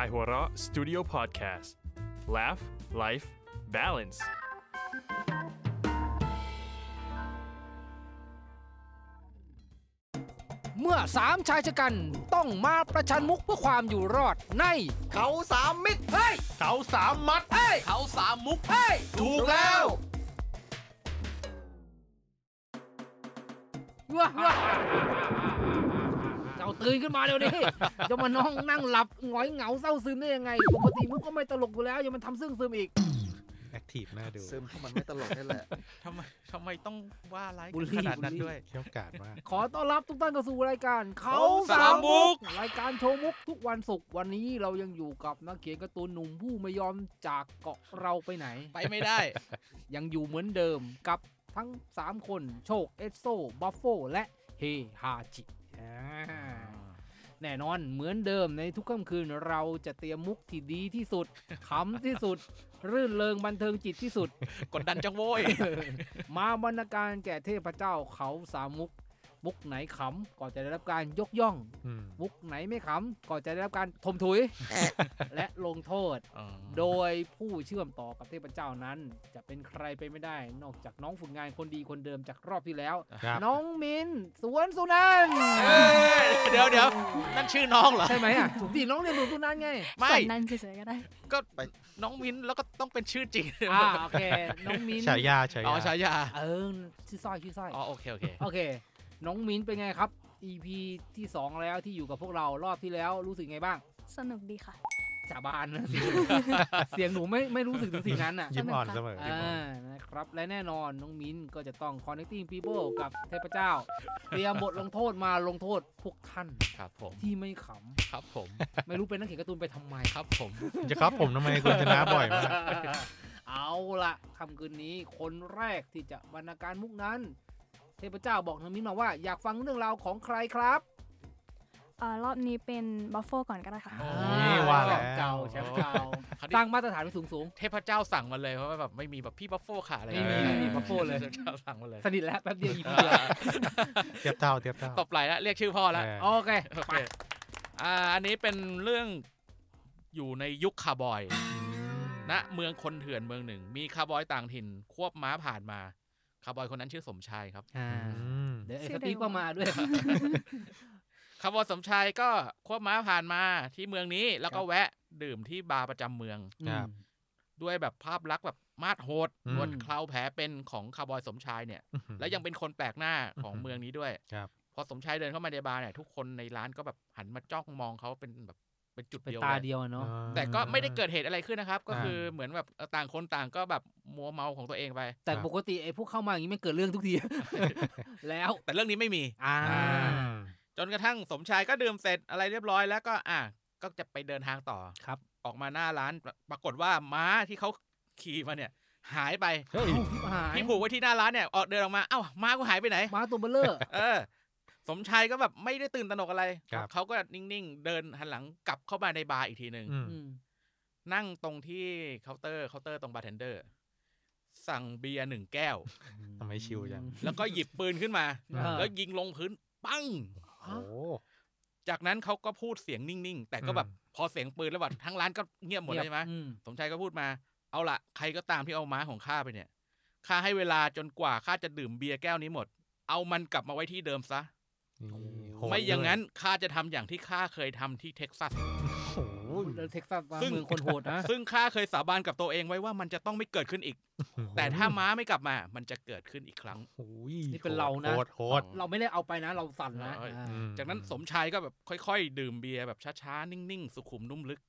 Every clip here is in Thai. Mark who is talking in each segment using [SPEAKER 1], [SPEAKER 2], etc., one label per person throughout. [SPEAKER 1] ายหัวเราะ Studio Podcast Laugh Life Balance
[SPEAKER 2] เมื่อสามชายชะกันต้องมาประชันมุกเพื่อความอยู่รอดใน
[SPEAKER 3] เขาสามมิตร
[SPEAKER 2] เฮ้ย
[SPEAKER 3] เสาสามมัด
[SPEAKER 2] เฮ้ย
[SPEAKER 3] เขาสามมุก
[SPEAKER 2] เฮ้ย
[SPEAKER 3] ถูกแล้ว
[SPEAKER 2] ว้าวเจ้าตื่นขึ้นมาเดี๋ยวนี้ จะมาน้องนั่งหลับหงอยเหงาเศร้าซึมได้ยังไง ปกติมุกก็ไม่ตลกอยู่แล้ว ยังมันทำซึ่งซึมอีก
[SPEAKER 4] แอคทีฟน่าดู
[SPEAKER 3] ซึมเพราะมันไม่ตลกนี่แหละ
[SPEAKER 5] ทำไมทำไมต้องว่าร้าย
[SPEAKER 2] บู
[SPEAKER 5] กั
[SPEAKER 2] ล
[SPEAKER 5] น
[SPEAKER 2] ลี่
[SPEAKER 5] ขนาดนั้น
[SPEAKER 2] บูลลี่
[SPEAKER 5] ด้วย
[SPEAKER 4] เที่ยวกาด มาก
[SPEAKER 2] ขอต้อนรับทุกท่านเข้าสู่รายการเขา
[SPEAKER 5] สามมุก
[SPEAKER 2] รายการโชว์มุกทุกวันศุกร์วันนี้เรายังอยู่กับนักเขียนการ์ตูนหนุ่มผู้ไม่ยอมจากเกาะเราไปไหน
[SPEAKER 5] ไปไม่ได้
[SPEAKER 2] ยังอยู่เหมือนเดิมกับทั้ง 3 คนโชคเอสโซบัฟโฟและเฮฮาจิอ่าแน่นอนเหมือนเดิมในทุกค่ำคืนเราจะเตรียมมุกที่ดีที่สุด ขำที่สุด รื่นเริงบันเทิงจิตที่สุด
[SPEAKER 5] กดดันจังโว้ย
[SPEAKER 2] มาบรรณาการแก่เทพเจ้าเขาสามมุก มุกไหนขำก็จะได้รับการยกย่อง
[SPEAKER 4] อืม
[SPEAKER 2] มุกไหนไม่ขำก็จะได้รับการทมถุย และลงโทษ โดยผู้เชื่อมต่อกับเทพเจ้านั้น จะเป็นใครไปไม่ได้ นอกจากน้องฝึกงานคนดีคนเดิมจากรอบที่แล้ว
[SPEAKER 4] ครับ
[SPEAKER 2] น้องมินสวนสุนันท์
[SPEAKER 5] เอ้ยเดี๋ยวเดี๋ยวนั่นชื่อน้องเหรอ
[SPEAKER 2] ใช่ไหมอ่ะถูกดิน้องเรียนสวนสุนันท์ไง
[SPEAKER 5] ไม่
[SPEAKER 6] ส่วนนั้นเฉยๆก็ได้
[SPEAKER 5] ก็
[SPEAKER 3] ไป
[SPEAKER 5] น้องมิ้นแล้วก็ต้องเป็นชื่อจริง
[SPEAKER 2] อ่าโอเคน้องมิน
[SPEAKER 4] ฉายาฉายา
[SPEAKER 5] อ๋อฉายา
[SPEAKER 2] เออชื่อสร้อยชื่อสร้อย
[SPEAKER 5] อ๋อโอเคโอเค
[SPEAKER 2] โอเค น้องมินเป็นไงครับ EP ที่ 2 แล้วที่อยู่กับพวกเรารอบที่แล้วรู้สึกไงบ้าง
[SPEAKER 6] สนุกดีค่ะ
[SPEAKER 2] สาบานนะเสียง เสียงหนูไม่ไม่รู้สึกถึงสิ่งนั้นอ่ะ
[SPEAKER 4] ยิ้มอ่อนเสมอยิ้มอ่อ
[SPEAKER 2] อ่าน นะครับ และแน่นอนน้องมิ้นก็จะต้อง connecting people กับเทพเจ้า เตรียมบทลงโทษมาลงโทษพวกท่าน
[SPEAKER 5] ครับผม
[SPEAKER 2] ที่ไม่ข
[SPEAKER 5] ครับผม
[SPEAKER 2] ำ ไม่รู้เป็นนักเขียนการ์ตูนไปทำไม
[SPEAKER 5] ครับผม
[SPEAKER 4] จะครับผมท ำไมคุณชนะบ่อยมาก
[SPEAKER 2] เอาละคำคืนนี้คนแรกที่จะบรรณาการมุกนั้น เทพเจ้าบอกน้องมิ้นมาว่าอยากฟังเรื่องราวของใครครับ
[SPEAKER 6] เอ่อรอบนี้เป็นบัฟเฟก่อนก็ได้ค่ะ
[SPEAKER 5] โอ้
[SPEAKER 4] นี่ว่าแล้ว
[SPEAKER 2] เก่าแชมป์เก่าส
[SPEAKER 5] เขาได้
[SPEAKER 2] ร้างมาตรฐานไว้สูงสูง
[SPEAKER 5] เทพเจ้าสั่งมาเลยเพราะว่าแบบไม่มีแบบพี่บัฟโฟขาอะไร
[SPEAKER 2] ไม่มีไม่มีบัฟโฟ่เลย
[SPEAKER 5] ทพเจ้าสั่งมาเลย
[SPEAKER 2] ๆสนิทแล้วแป๊บเดียวอีก
[SPEAKER 5] เอ
[SPEAKER 2] เดียว
[SPEAKER 5] อ
[SPEAKER 4] เทียบเท่าเทียบเท่า
[SPEAKER 5] ตบไหลแล้วเรียกชื่อพ่อแล้ว
[SPEAKER 4] เออ
[SPEAKER 2] โอเค
[SPEAKER 5] โอ
[SPEAKER 2] ไป
[SPEAKER 5] เคอ่าอันนี้เป็นเรื่องอยู่ในยุคคาร์บอย ณ เมืองคนเถื่อนเมืองหนึ่ง มีคาร์บอยต่างถิ่น ควบม้าผ่านมา คาร์บอยคนนั้นชื่อสมชายครับ
[SPEAKER 2] อ่า
[SPEAKER 4] อืม
[SPEAKER 2] เดี๋ยวไอ้สตีฟก็มาด้วย
[SPEAKER 5] คาร์บอยสมชายก็ควบม้าผ่านมาที่เมืองนี้ แล้วก็แวะดื่มที่บาร์ประจำเมือง
[SPEAKER 4] ครับ
[SPEAKER 5] ด้วยแบบภาพลักษณ์แบบมาดโหด
[SPEAKER 4] อืม
[SPEAKER 5] หนวดเคราแผลเป็นของคาร์บอยสมชายเนี่ย และยังเป็นคนแปลกหน้าของเมืองนี้ด้วย
[SPEAKER 4] ครับ
[SPEAKER 5] พอสมชายเดินเข้ามาในบาร์เนี่ยทุกคนในร้านก็แบบหันมาจ้องมองเขาเป็นแบบเป็นจุด
[SPEAKER 2] เป็น
[SPEAKER 5] เดียว
[SPEAKER 2] ตา
[SPEAKER 5] เลย
[SPEAKER 2] เดียวอะเนาะ
[SPEAKER 4] อ่า
[SPEAKER 5] แต่ก็ไม่ได้เกิดเหตุอะไรขึ้นนะครับ ก็
[SPEAKER 4] อ่า
[SPEAKER 5] คือเหมือนแบบเอ่อต่างคนต่างก็แบบมัวเมาของตัวเองไป
[SPEAKER 2] แต่
[SPEAKER 4] ครับ
[SPEAKER 2] ปกติไอ้พวกเข้ามาอย่างนี้ไม่เกิดเรื่องทุกที แล้ว
[SPEAKER 5] แต่เรื่องนี้ไม่มี
[SPEAKER 2] อ่า
[SPEAKER 4] อ่า
[SPEAKER 5] จนกระทั่งสมชายก็ดื่มเสร็จอะไรเรียบร้อยแล้วก็อ่ะก็จะไปเดินทางต่อ
[SPEAKER 2] ครับ
[SPEAKER 5] ออกมาหน้าร้านปรปรากฏว่าม้าที่เขาขี่มาเนี่ย หายไป
[SPEAKER 4] เฮ้ย
[SPEAKER 2] หาย
[SPEAKER 5] ที่ผูกไว้ที่หน้าร้านเนี่ยออกเดินออกมาเอ้าม้ากูหายไปไหน
[SPEAKER 2] มาตัวเบลเลอร์
[SPEAKER 5] เออ สมชายก็แบบไม่ได้ตื่นตระหนกอะไร
[SPEAKER 4] ครับ
[SPEAKER 5] เขาก็นิ่งๆเดินหันหลังกลับเข้ามาในบาร์อีกทีหนึ่ง
[SPEAKER 4] อืม
[SPEAKER 2] อืม
[SPEAKER 5] นั่งตรงที่เคาน์เตอร์เคาน์เตอร์ตรงบาร์เทนเดอร์ สั่งเบียร์หนึ่งแก้ว
[SPEAKER 4] ทำไมชิวจัง
[SPEAKER 5] แล้วก็หยิบปืนขึ้นมา
[SPEAKER 2] เออ
[SPEAKER 5] แล้วยิงลงพื้นปัง
[SPEAKER 4] โอ้
[SPEAKER 5] จากนั้นเขาก็พูดเสียงนิ่งๆ แต่ก็แบบ
[SPEAKER 4] อืม
[SPEAKER 5] พอเสียงปืนแล้วแบบทั้งร้านก็เงียบหมดเลยใช่ไหม
[SPEAKER 2] อืม
[SPEAKER 5] สมชายก็พูดมา เอาละใครก็ตามที่เอาม้าของข้าไปเนี่ยข้าให้เวลาจนกว่าข้าจะดื่มเบียร์แก้วนี้หมด เอามันกลับมาไว้ที่เดิมซะ
[SPEAKER 4] นี่โหด
[SPEAKER 5] ไม่อย่างนั้น
[SPEAKER 4] ด้ว
[SPEAKER 5] ข้าจะทำอย่างที่ข้าเคยทำที่เท็กซัส
[SPEAKER 4] โอ้โห
[SPEAKER 2] แล้วเท็กซัสมา
[SPEAKER 5] ซึ่ง
[SPEAKER 2] เมืองคนโหดนะ
[SPEAKER 5] ซึ่งข้าเคยสาบานกับตัวเองไว้ว่ามันจะต้องไม่เกิดขึ้นอีก แต่ถ้าม้าไม่กลับมา มันจะเกิดขึ้นอีกครั้ง
[SPEAKER 4] โอ้ย
[SPEAKER 2] นี่เป็นเรานะ
[SPEAKER 4] โหดโหด
[SPEAKER 2] เราไม่ได้เอาไปนะ เราสั่นนะ
[SPEAKER 5] เออ
[SPEAKER 2] อ่า
[SPEAKER 4] อืม
[SPEAKER 5] จากนั้นสมชายก็แบบค่อยๆ ดื่มเบียร์แบบช้าๆ นิ่งๆ สุขุมนุ่มลึก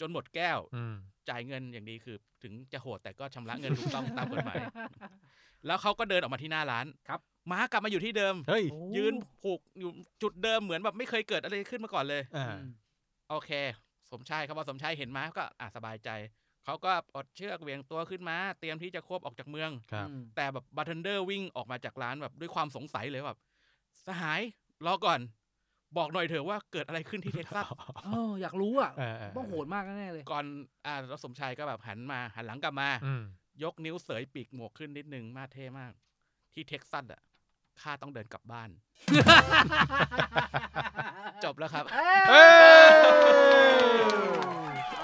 [SPEAKER 5] จนหมดแก้ว
[SPEAKER 4] อืม
[SPEAKER 5] จ่ายเงินอย่างดีคือถึงจะโหดแต่ก็ชำระเงินถูกต้องตามกฎ หมาย แล้วเขาก็เดินออกมาที่หน้าร้าน
[SPEAKER 2] ครับ
[SPEAKER 5] ม้ากลับมาอยู่ที่เดิม
[SPEAKER 4] เฮ้ย
[SPEAKER 2] โอ้
[SPEAKER 5] ยืนผูกอยู่จุดเดิมเหมือนแบบไม่เคยเกิดอะไรขึ้นมาก่อนเลย
[SPEAKER 4] อ่า
[SPEAKER 2] อืม
[SPEAKER 5] โอเค สมชายเขาบอกสมชายเห็นม้าก็อ่ะสบายใจ เขาก็ปลดเชือกเหวียงตัวขึ้นมาเตรียมที่จะควบออกจากเมือง
[SPEAKER 4] ครับ
[SPEAKER 2] อืม
[SPEAKER 5] แต่แบบบาร์เทนเดอร์วิ่งออกมาจากร้านแบบด้วยความสงสัยเลยว่าแบบสหายรอก่อน บอกหน่อยเถอะว่าเกิดอะไรขึ้นที่เท็กซัส
[SPEAKER 2] เอออยากรู้อ่ะ
[SPEAKER 4] เออเออ
[SPEAKER 2] ต้องโหดมากแน่ๆเลย
[SPEAKER 5] ก่อนอ่าแล้วสมชายก็แบบหันมาหันหลังกลับมา
[SPEAKER 4] อืม
[SPEAKER 5] ยกนิ้วเสยปีกหมวกขึ้นนิดนึงมาเท่มาก ที่เท็กซัสอ่ะข้าต้องเดินกลับบ้าน จบแล้วครับ
[SPEAKER 4] เอ้ย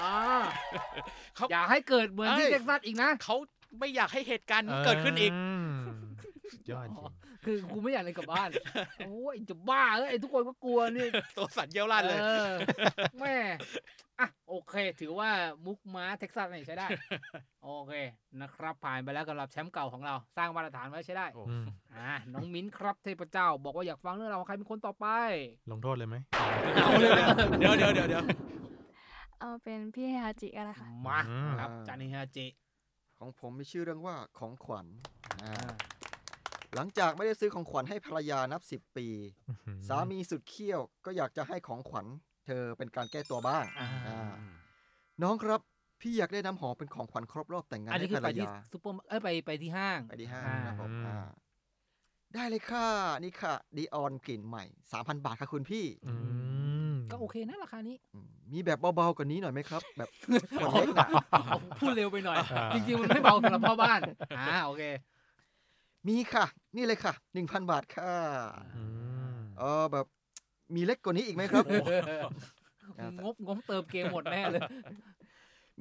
[SPEAKER 5] เขา
[SPEAKER 2] อย่าให้เกิดเหมือนที่เท็กซัสอีกนะ
[SPEAKER 5] เขาไม่อยากให้เหตุการณ์นี้เกิดขึ้นอีก
[SPEAKER 4] มสุดยอดจริง
[SPEAKER 2] คือกูไม่อยากเลยกลับบ้าน โอ้ยจะบ้าเอ้ยไอ้ทุกคนก็กลัวนี่
[SPEAKER 5] ตัวสันเยี่ยวราดเลย
[SPEAKER 2] ออแม่อ่ะโอเค ถือว่ามุกม้าเท็กซัสเนี่ยใช้ได้ โอเคนะครับ ผ่านไปแล้วสำหรับแชมป์เก่าของเรา สร้างมาตรฐานไว้ใช้ได้
[SPEAKER 5] โอ้
[SPEAKER 4] อืม
[SPEAKER 2] อ่าน้องมิ้นครับเทพเจ้า บอกว่าอยากฟังเรื่องราวของใครเป็นคนต่อไป
[SPEAKER 4] ลงโทษเลยไหม
[SPEAKER 5] เอาเลยเดี๋ยวเดี๋ยวเดี๋ยวเดี๋ยว
[SPEAKER 6] เอาเป็นพี่เฮฮาจิก็ได้ค่ะ
[SPEAKER 2] มา
[SPEAKER 4] อืม
[SPEAKER 2] ครับจานิฮาจิ
[SPEAKER 3] ของผมมีชื่อเรื่องว่าของขวัญอ่า
[SPEAKER 2] อ่า
[SPEAKER 3] หลังจากไม่ได้ซื้อของขวัญให้ภรรยานับสิบปี
[SPEAKER 4] อื้อหือ
[SPEAKER 3] สามีสุดเขี้ยวก็อยากจะให้ของขวัญ เธอเป็นการแก้ตัวบ้าง
[SPEAKER 2] อ่า
[SPEAKER 3] อ่าน้องครับ พี่อยากได้น้ำหอมเป็นของขวัญครบรอบแต่งงาน
[SPEAKER 2] อันนี้
[SPEAKER 3] ให้
[SPEAKER 2] คื
[SPEAKER 3] ภ
[SPEAKER 2] อ
[SPEAKER 3] ร
[SPEAKER 2] ไป
[SPEAKER 3] ร
[SPEAKER 2] ที่
[SPEAKER 3] ยา
[SPEAKER 2] ซุปเปอร์เอ้ยไปไปที่ห้าง
[SPEAKER 3] ไปที่ห้าง
[SPEAKER 2] อ่า
[SPEAKER 3] ครับผม
[SPEAKER 4] อืม
[SPEAKER 3] อ่าได้เลยค่ะ นี่ค่ะดีออนกลิ่นใหม่ 3,000 บาทค่ะคุณพี่
[SPEAKER 4] อืม
[SPEAKER 2] ก็โอเคนะราคานี้
[SPEAKER 3] อืมมีแบบเบาๆกว่านี้หน่อยไหมครับ แบบขวดเล็กนะ
[SPEAKER 2] พูดเร็วไปหน่อย
[SPEAKER 4] อ่า
[SPEAKER 2] จริงๆ มันไม่เบาสำหรับพ่อบ้าน อ่าโอเค
[SPEAKER 3] มีค่ะ นี่เลยค่ะ 1,000 บาทค่ะ
[SPEAKER 4] อืม
[SPEAKER 3] เออแบบมีเล็กกว่านี้อีกไหม ครับ อ่า
[SPEAKER 2] งบงบเติมเกมหมดแน่เลย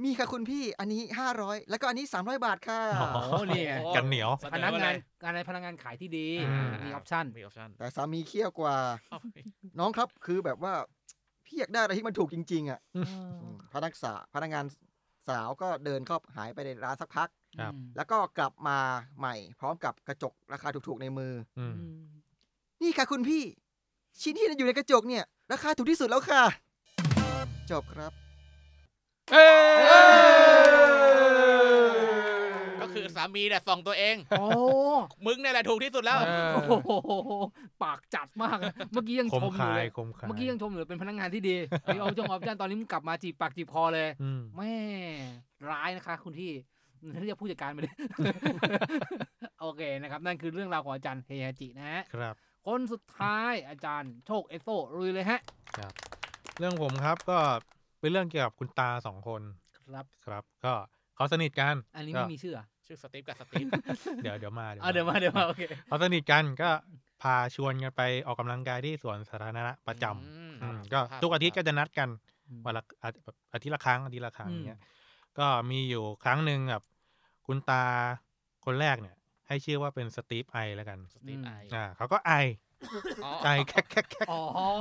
[SPEAKER 3] มีค่ะคุณพี่อันนี้ 500 แล้วก็อันนี้ 300 บาทค่ะ
[SPEAKER 4] อ๋อ
[SPEAKER 2] โอ้เนี่ย
[SPEAKER 4] กันเหนียว
[SPEAKER 2] พนักงานการในพนักงานขายที่ดี
[SPEAKER 4] อ่ามี
[SPEAKER 2] มีออปชั่น
[SPEAKER 5] มีออปชั่น
[SPEAKER 3] แต่สามีเขี้ยวกว่า น้องครับคือแบบว่า พี่อยากได้อะไรที่มันถูกจริง ๆ อ่ะอืมพนักษาพนักงานสาวก็เดินเข้าหายไปในร้านสักพัก
[SPEAKER 4] ครับ
[SPEAKER 3] แล้วก็กลับมาใหม่พร้อมกับกระจกราคาถูกๆในมือ
[SPEAKER 4] อืม
[SPEAKER 3] นี่ค่ะคุณพี่ ชิ้นที่อยู่ในกระจกเนี่ย ราคาถูกที่สุดแล้วค่ะ จบครับ
[SPEAKER 5] เอ้ยก็คือสามีเนี่ยส่องตัวเอง
[SPEAKER 2] โอ้
[SPEAKER 5] มึงเนี่ยแหละถูกที่สุดแล้ว
[SPEAKER 4] เออ
[SPEAKER 2] โอ้โหปากจัดมากนะเมื่อกี้ยัง
[SPEAKER 4] ค
[SPEAKER 2] ช
[SPEAKER 4] ม
[SPEAKER 2] มอยู่
[SPEAKER 4] คา
[SPEAKER 2] เลย ย
[SPEAKER 4] คมคาย
[SPEAKER 2] เมื่อกี้ยังชมอยู่เลยเป็นพนักงานที่ดีมีออปชั่นออปชั่นตอนนี้มึงกลับมาจีบปากจีบคอเลย
[SPEAKER 4] อืม
[SPEAKER 2] แม่ร้ายนะคะคุณที่เรียกผู้จัดการไปเลย โอเคนะครับ นั่นคือเรื่องราวของอาจารย์เฮฮาจินะฮะ
[SPEAKER 4] ครับ
[SPEAKER 2] คนสุดท้ายอาจารย์โชคเอสโซรุยเลยฮะ
[SPEAKER 4] เรื่องผมครับก็เป็นเรื่องเกี่ยวกับคุณตาสองคน
[SPEAKER 2] ครับ
[SPEAKER 4] ครับ ก็เขาสนิท กัน
[SPEAKER 2] อันนี้
[SPEAKER 4] ก็
[SPEAKER 2] ไม่มีชื่อเหรอ
[SPEAKER 5] ชื่อสตีฟกับสตีฟ
[SPEAKER 4] เดี๋ยวเดี๋ยวมา
[SPEAKER 2] อ่ะเดี๋ยวมาเดี๋ยวมาโอเค
[SPEAKER 4] เขาสนิทกันก็พาชวนกันไปออกกำลังกายที่สวนสาธารณะประจำ
[SPEAKER 5] อืม
[SPEAKER 4] อืม
[SPEAKER 5] ครับ
[SPEAKER 4] ก็
[SPEAKER 5] ครับ
[SPEAKER 4] ทุกอาทิตย์ก็จะนัดกันวันละอาทิตย์อาทิตย์ละครั้งอาทิตย์ละครั้งเนี้ยก็มีอยู่ครั้งหนึ่งแบบคุณตาคนแรกเนี่ย ให้ชื่อว่าเป็นสตีฟไอแล้วกัน
[SPEAKER 5] สตีฟไอ
[SPEAKER 4] อ่าเขาก็ไอ
[SPEAKER 5] อ๋อ
[SPEAKER 4] ไอแคกแคกแคก
[SPEAKER 2] อ๋อ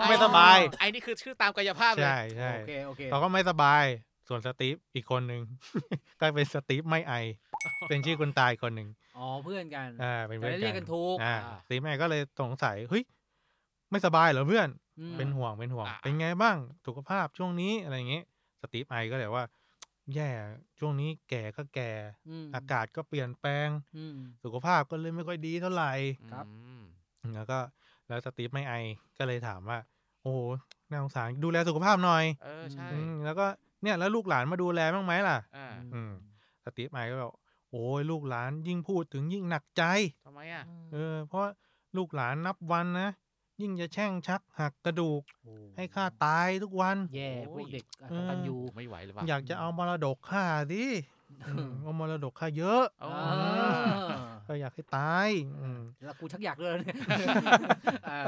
[SPEAKER 4] ไม่สบาย
[SPEAKER 5] ไอนี่คือชื่อตามกายภาพเลย
[SPEAKER 4] ใช่ใช่
[SPEAKER 2] โอเคโอเค
[SPEAKER 4] เราก็ไม่สบาย ส่วนสตีฟอีกคนหนึ่ง ก็เป็นสตีฟไม่ไอ เป็นชื่อคุณตายคนหนึ่ง
[SPEAKER 2] อ๋อเพื่อนกัน
[SPEAKER 4] อ่า เป็นเพื่อน
[SPEAKER 2] จะได้เรียกกันถูก
[SPEAKER 4] อ่า
[SPEAKER 5] อ่า
[SPEAKER 4] สตีฟไม่ไอก็เลยสงสัย เฮ้ย ไม่สบายเหรอเพื่อน
[SPEAKER 2] อืม
[SPEAKER 4] เป็นห่วง เป็นห่วง
[SPEAKER 5] อ่า
[SPEAKER 4] เป็นไงบ้าง สุขภาพช่วงนี้อะไรอย่างเงี้ยสตีฟไอก็เลยว่า แย่ ช่วงนี้แก่ก็แก่
[SPEAKER 2] อืม
[SPEAKER 4] อากาศก็เปลี่ยนแปลง
[SPEAKER 2] อืม
[SPEAKER 4] สุขภาพก็เลยไม่ค่อยดีเท่าไหร่
[SPEAKER 2] ครับ
[SPEAKER 5] อืม
[SPEAKER 4] แล้วก็ แล้วสตีฟไม่ไอ ก็เลยถามว่า โอ้โหน่าสงสาร ดูแลสุขภาพหน่อย
[SPEAKER 5] เออ ใช่
[SPEAKER 4] อืมแล้วก็เนี่ยแล้วลูกหลานมาดูแลบ้างไหมล่ะ
[SPEAKER 5] อ่า
[SPEAKER 4] อืมสตีฟไมค์ก็บอกโอ้ยลูกหลานยิ่งพูดถึงยิ่งหนักใจ
[SPEAKER 5] ทำไมอ่ะ
[SPEAKER 4] เออ เพราะลูกหลานนับวันนะ ยิ่งจะแช่งชักหักกระดูก ให้ข้าตายทุกวัน
[SPEAKER 2] แย่พวกเด็กอ่ะกตันยู
[SPEAKER 5] ไม่ไหวหรือเปล่า
[SPEAKER 4] อยากจะเอามรดกข้าดิ
[SPEAKER 2] อืม
[SPEAKER 4] เอามรดกข้าเยอะ
[SPEAKER 5] เอา
[SPEAKER 2] อ่า
[SPEAKER 4] ก็อยากให้ตายอืม
[SPEAKER 2] แล้วกูชักอยากเลยเนี่ย อ่า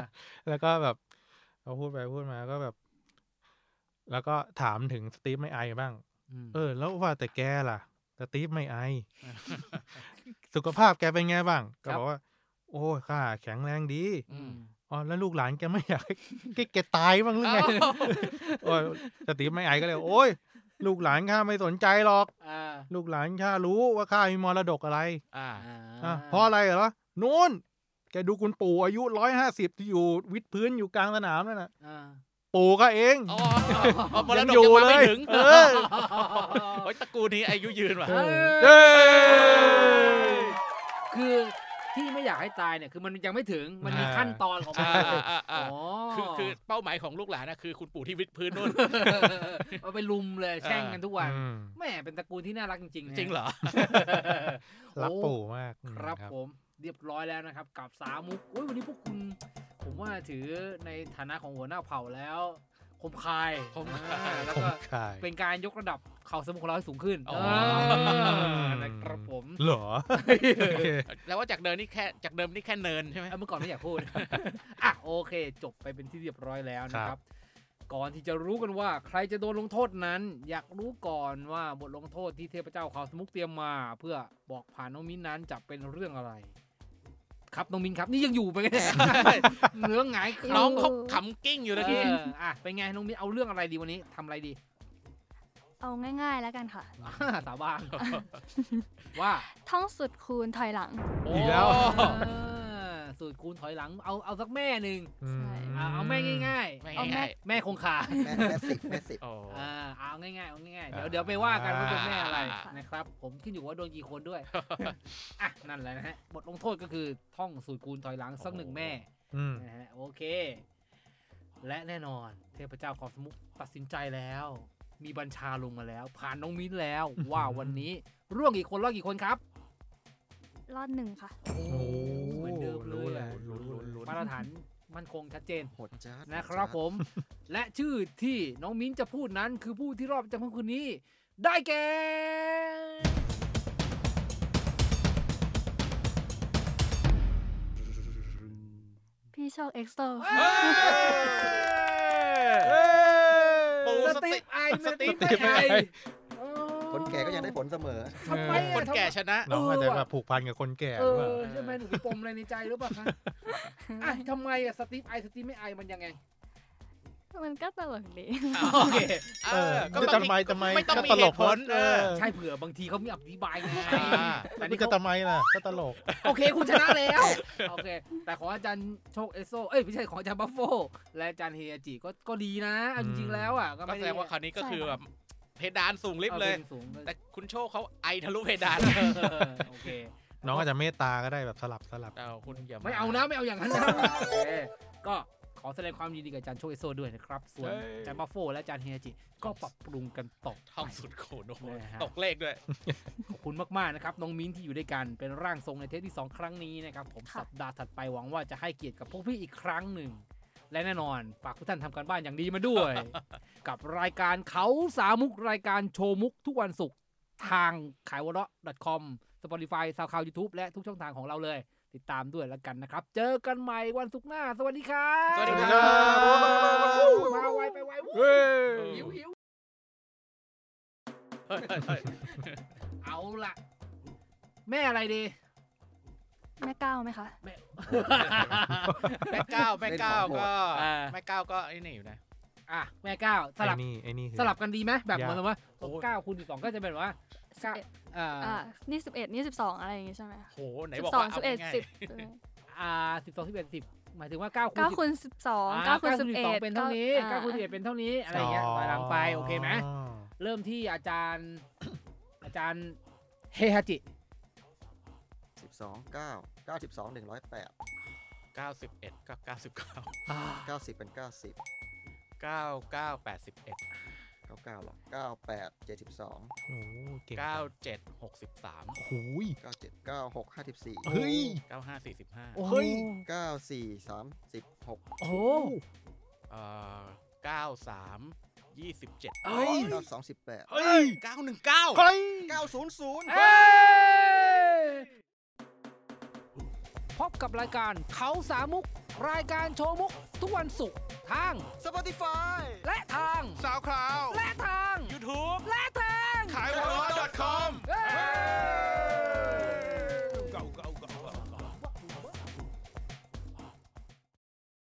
[SPEAKER 4] แล้วก็แบบเขาพูดไปพูดมาก็แบบ แล้วก็ถามถึงสตีฟไม่ไอบ้าง
[SPEAKER 2] อืม
[SPEAKER 4] เออ แล้วว่าแต่แกล่ะสตีฟ ไม่ไอ สุขภาพแกเป็นไงบ้าง ก็บอกว่า โอ้ยข้าแข็งแรงดี
[SPEAKER 5] อืม
[SPEAKER 4] อ๋อแล้วลูกหลานแกไม่อยากให้ แกแกตายบ้างหรือไง
[SPEAKER 5] เอ้า
[SPEAKER 4] โอ้ยสตีฟไม่ไอก็เลย โอ้ยลูกหลานข้าไม่สนใจหรอก
[SPEAKER 2] อ่า
[SPEAKER 4] ลูกหลานข้ารู้ว่าข้ามีมรดกอะไร
[SPEAKER 5] อ่า
[SPEAKER 4] อ่ะเพราะอะไรเหรอนู่นแกดูคุณปู่อายุร้อยห้าสิบที่อยู่วิดพื้นอยู่กลางสนามนั่นน่ะ
[SPEAKER 2] อ่า
[SPEAKER 4] ปู่ก็เอง
[SPEAKER 5] อ๋ออ๋อมร
[SPEAKER 4] ยัง
[SPEAKER 5] ดก
[SPEAKER 4] อยู่
[SPEAKER 5] ยังมา
[SPEAKER 4] เล
[SPEAKER 5] ไม่
[SPEAKER 4] ย
[SPEAKER 5] ถึง
[SPEAKER 4] เออ
[SPEAKER 5] โอ้ยตระกูลนี้อายุยืนว่ะ
[SPEAKER 4] เออ
[SPEAKER 2] เอ้ย คือที่ไม่อยากให้ตายเนี่ยคือมันยังไม่ถึงมันมี
[SPEAKER 4] อ่า
[SPEAKER 2] ขั้นตอนของมัน
[SPEAKER 5] อ่าอ่าอ่า
[SPEAKER 2] อ๋
[SPEAKER 5] อ่
[SPEAKER 2] อ
[SPEAKER 5] าคือคือเป้าหมายของลูกหลานนะคือคุณปู่ที่วิดพื้นนู่น
[SPEAKER 2] เอาไปลุมเลยแช่ง
[SPEAKER 5] อ่า
[SPEAKER 2] กันทุกวัน
[SPEAKER 4] อืม
[SPEAKER 2] แม่เป็นตระกูลที่น่ารักจริงๆนะ
[SPEAKER 5] จริงเหรอ
[SPEAKER 4] รัก
[SPEAKER 2] โอ้
[SPEAKER 4] ปู่มากอืม
[SPEAKER 2] ครับผมเรียบร้อยแล้วนะครับ กับสามมุกโอ้ยวันนี้พวกคุณ ผมว่าถือในฐานะของหัวหน้าเผ่าแล้วคมคาย
[SPEAKER 5] คมคาย
[SPEAKER 2] อ่แล้ว
[SPEAKER 4] ผม
[SPEAKER 2] ก็
[SPEAKER 4] ขาย
[SPEAKER 2] เป็นการยกระดับเข่าวสมองของเราให้สูงขึ้น
[SPEAKER 5] อ๋อ
[SPEAKER 2] เออนะครับผม
[SPEAKER 4] เหรอ โอเค
[SPEAKER 5] แล้วว่าจากเดินนี่แค่จากเดิมนี่แค่เนินใช่ไหม
[SPEAKER 2] เอ้ยเมื่อก่อนไม่อยากพูด อ่ะโอเค จบไปเป็นที่เรียบร้อยแล้วนะค
[SPEAKER 4] ครั
[SPEAKER 2] รับ
[SPEAKER 4] บ
[SPEAKER 2] ก่อนที่จะรู้กันว่าใครจะโดนลงโทษนั้น อยากรู้ก่อนว่าบทลงโทษที่เทพเจ้าเขาวสมุกเตรียมมา เพื่อบอกผ่านน้องมิ้นนั้นจะเป็นเรื่องอะไร ครับน้องมิ้นครับนี่ยังอยู่ ไปกันแน่ เหนื้อหงายคื
[SPEAKER 5] น้องเขาขำกิ้งอยู่
[SPEAKER 2] เอ
[SPEAKER 5] นะกี้
[SPEAKER 2] ออ่ะเป็นไงน้องมิ้นเอาเรื่องอะไรดีวันนี้ทำอะไรดี
[SPEAKER 6] เอาง่ายๆแล้วกันค่ะ
[SPEAKER 2] สาบา น ว่า
[SPEAKER 6] ท่องสุดคูณถอยหลัง
[SPEAKER 4] อีกแล้ว
[SPEAKER 5] โอ้
[SPEAKER 2] เออ สูตรคูณถอยหลังเอาเอาสักแม่หนึ่ง
[SPEAKER 4] อืม
[SPEAKER 2] อ่ะเอาแม่ง่าย
[SPEAKER 5] แม่
[SPEAKER 2] ๆ
[SPEAKER 5] ง่าย
[SPEAKER 2] เอาแม่แม่คงคา
[SPEAKER 3] แม่แม่สิบแม่สิบ
[SPEAKER 5] โอ้
[SPEAKER 2] อ่าเอาง่ายๆเอาง่ายๆเดี๋ยว
[SPEAKER 4] อ่า
[SPEAKER 2] เดี๋ยวไปว่ากันว่าเป็นแม่อะไร
[SPEAKER 5] อ่าน
[SPEAKER 2] นะครับ ผมขึ้นอยู่ว่าโดนกี่คนด้วย อ่ะ นั่นแหละนะฮะบทลงโทษก็คือท่องสูตรคูณถอยหลังสักหนึ่งแม่
[SPEAKER 4] อืม
[SPEAKER 2] นะฮะโอเค และแน่นอนเทพเจ้าขอบสมุกตัดสินใจแล้ว มีบัญชาลงมาแล้ว ผ่านน้องมิ้น แล้ว ว่าวันนี้ร่วงกี่คนรอดกี่คนครับ
[SPEAKER 6] รอดหนึ่งค่ะ
[SPEAKER 2] โอ้เหมือนเดิมเล
[SPEAKER 4] รู้
[SPEAKER 2] ย
[SPEAKER 4] เล
[SPEAKER 2] อะ
[SPEAKER 4] ยรู้รู้
[SPEAKER 2] มาตรฐานมั่นคงชัดเจน
[SPEAKER 3] โหดจ้าด
[SPEAKER 2] นะครับผม และชื่อที่น้องมิ้นจะพูดนั้นคือผู้ที่รอบจากพวกคุณนี้ ได้แก่
[SPEAKER 6] พี่โชคเอ็กโซ
[SPEAKER 5] ปู
[SPEAKER 2] ส
[SPEAKER 5] ส
[SPEAKER 2] ติ
[SPEAKER 5] ติ
[SPEAKER 2] ปไอสติปไอ
[SPEAKER 3] คนแก่ก็ยังได้ผลเสมอ
[SPEAKER 2] ทำไมอะ
[SPEAKER 5] คนแก่ชนะ
[SPEAKER 4] น้องอาจจะแบบผูกพันกับคนแก่
[SPEAKER 2] เอ
[SPEAKER 4] หรือ
[SPEAKER 2] อ
[SPEAKER 4] เปล่า
[SPEAKER 2] ใช่ไหมหนูมีปมอะไรในใจหรือเปล่าคะอ่ะทำไมอะสติปไอสติปไม่ไอมันยังไง
[SPEAKER 6] มันก็ตลกดี
[SPEAKER 2] โอเค
[SPEAKER 5] เออก็
[SPEAKER 4] จะ
[SPEAKER 5] บาง
[SPEAKER 4] ทำ
[SPEAKER 5] ที
[SPEAKER 4] ไมทำไม
[SPEAKER 5] ไม่ต้องมี
[SPEAKER 4] ก็
[SPEAKER 5] เหตุผล
[SPEAKER 4] เออ
[SPEAKER 2] ใช่เผื่อบางทีเขามีอธิบายไง
[SPEAKER 5] อ่า
[SPEAKER 2] แต่
[SPEAKER 4] นี่
[SPEAKER 2] นี่
[SPEAKER 4] จะ
[SPEAKER 2] เขา
[SPEAKER 4] ทำไมล่ะก็ตลก
[SPEAKER 2] โอเค คุณชนะแล้ว โอเค แต่ของอาจารย์โชคเอสโซ เอ้ยไม่ใช่ของอาจารย์บัฟโฟ และอาจารย์เฮียจิก็ก็ดีนะเอาจริงๆแล้วอ่ะก็
[SPEAKER 5] ก็
[SPEAKER 2] ไม่
[SPEAKER 5] แส
[SPEAKER 2] ได้
[SPEAKER 5] ดงว่าคราวนี้ก็คือแบบเพดานสูงลิฟ
[SPEAKER 2] อา
[SPEAKER 5] เลย
[SPEAKER 2] ป็นสูงเลย
[SPEAKER 5] แต่คุณโชคเขาไอทะลุเพดาน
[SPEAKER 2] เออ โอเค
[SPEAKER 4] น้องอาจจะเมตตาก็ได้แบบสลับสลับ
[SPEAKER 5] เอาคุณอย่า
[SPEAKER 2] ไม่เอานะไม่เอาอย่างนั้นนะโอเคก็ขอแสดงความยินดีกับอาจารย์โชคเอสโซด้วยนะครับ ส่วน
[SPEAKER 4] เอ้ย
[SPEAKER 2] อาจารย์บัฟโฟ และอาจารย์เฮียจิก็ปรับปรุงกันต่อ
[SPEAKER 5] ท่อง
[SPEAKER 2] ไป
[SPEAKER 5] สุดโขนโอ้โห
[SPEAKER 2] นะฮะ
[SPEAKER 5] ตกเลขด้วย
[SPEAKER 2] ขอบคุณมาก ๆ นะครับ น้องมิ้นที่อยู่ด้วยกันเป็นร่างทรงในเทปที่ 2 ครั้งนี้นะครับ ผม
[SPEAKER 6] ค่ะ
[SPEAKER 2] สัปดาห์ถัดไปหวังว่าจะให้เกียรติกับพวกพี่อีกครั้งหนึ่ง และแน่นอน ฝากทุกท่านทำการบ้านอย่างดีมาด้วย กับรายการเขาสามมุกรายการโชว์มุกทุกวันศุกร์ทางขายวอร์ .com Spotify SoundCloud YouTube และทุกช่องทางของเราเลย ติดตามด้วยแล้วกันนะครับ เจอกันใหม่วันศุกร์หน้า สวัสดีครับ
[SPEAKER 5] สวัสดีค
[SPEAKER 4] สวัสดีครั
[SPEAKER 5] รับ
[SPEAKER 2] วู้
[SPEAKER 5] บ
[SPEAKER 2] มาไวไปไววู้หิวหิวเอาละแม่อะไรดี
[SPEAKER 6] แม่ก้าวไหมคะ
[SPEAKER 5] แม่เก้าแม่เก้าก็
[SPEAKER 2] อ่า
[SPEAKER 5] แม่เก้าก็ไอ้นี่อยู่นะ
[SPEAKER 2] อ่ะแม่ก้าวสลับ
[SPEAKER 4] ไอ้นี่ไอ้นี่คือ
[SPEAKER 2] สลับกันดีไหมแบบเหมือนว่า
[SPEAKER 5] โอ้ย
[SPEAKER 2] เก้าคูณสิบสองก็จะเป็นว่าเก้า
[SPEAKER 6] สิบเอ็ด
[SPEAKER 2] เอ่
[SPEAKER 6] อ่า
[SPEAKER 2] อ
[SPEAKER 6] นี่สิบเอ็ดนี่สิบสองอะไรอย่างงี้ใช่ไหมคะ
[SPEAKER 5] โหไหน
[SPEAKER 6] สิ
[SPEAKER 5] บอก
[SPEAKER 6] บสอง
[SPEAKER 5] ว่า
[SPEAKER 6] สิ
[SPEAKER 5] เอา
[SPEAKER 6] บเอ็ด
[SPEAKER 5] ง่าย
[SPEAKER 6] สิบ
[SPEAKER 2] อ่าสิบสองสิบเอ็ดสิบหมายถึงว่าเก้าคูณ
[SPEAKER 6] เก้า
[SPEAKER 2] สิบ
[SPEAKER 6] คูณสิบสอง
[SPEAKER 2] อ่
[SPEAKER 6] เก้าคูณสิบเอ็ด
[SPEAKER 2] เป็นเท่านี้เก้าคูณสิบเอ็ดเป็นเท่านี้อะไรอย่างเงี้ยถอยหลังไปโอเคไหมเริ่มที่อาจารย์ อาจารย์เฮฮาจิ
[SPEAKER 3] สิบสองเก้าเก้าสิบสองหนึ่งร้อยแปด
[SPEAKER 5] ๆเก้าสิบเอ็ดก็เก้าสิบเก้า
[SPEAKER 2] อ่า
[SPEAKER 3] เก้าสิบเป็นเก้าสิบ
[SPEAKER 5] เก้าเก้าแปดสิบเอ็ด
[SPEAKER 3] เก้าเก้าหรอเก้าแปดเจ็ดสิบสอง
[SPEAKER 4] โอ้โหเก่ง
[SPEAKER 5] เก้าเจ็ดหกสิบสาม
[SPEAKER 4] โอ้ย
[SPEAKER 3] เก้าเจ็ดเก้าหกห้าสิบสี่
[SPEAKER 4] เฮ้ย
[SPEAKER 5] เก้าห้าสี่สิบห้า
[SPEAKER 2] โอ้โห
[SPEAKER 4] เฮ้ย
[SPEAKER 3] เก้าสี่สามสิบหก
[SPEAKER 2] โอ้โห
[SPEAKER 5] เอ่อเก้าสามยี่สิบเจ็ด
[SPEAKER 2] เอ้ย
[SPEAKER 3] เก้าสองสิบแปด
[SPEAKER 4] เฮ้ย
[SPEAKER 5] เก้าหนึ่งเก้า
[SPEAKER 4] เฮ้ย
[SPEAKER 3] เก้าศูนย์ศูนย์
[SPEAKER 2] เอ้ยพบกับรายการเขาสามมุก รายการโชว์มุก ทุกวันศุกร์ทาง
[SPEAKER 3] Spotify
[SPEAKER 2] และทาง
[SPEAKER 5] สาวคลาว
[SPEAKER 2] และทาง
[SPEAKER 5] ยูทูบ
[SPEAKER 2] และทาง
[SPEAKER 5] ขายวอลล์ดอทคอม
[SPEAKER 2] เ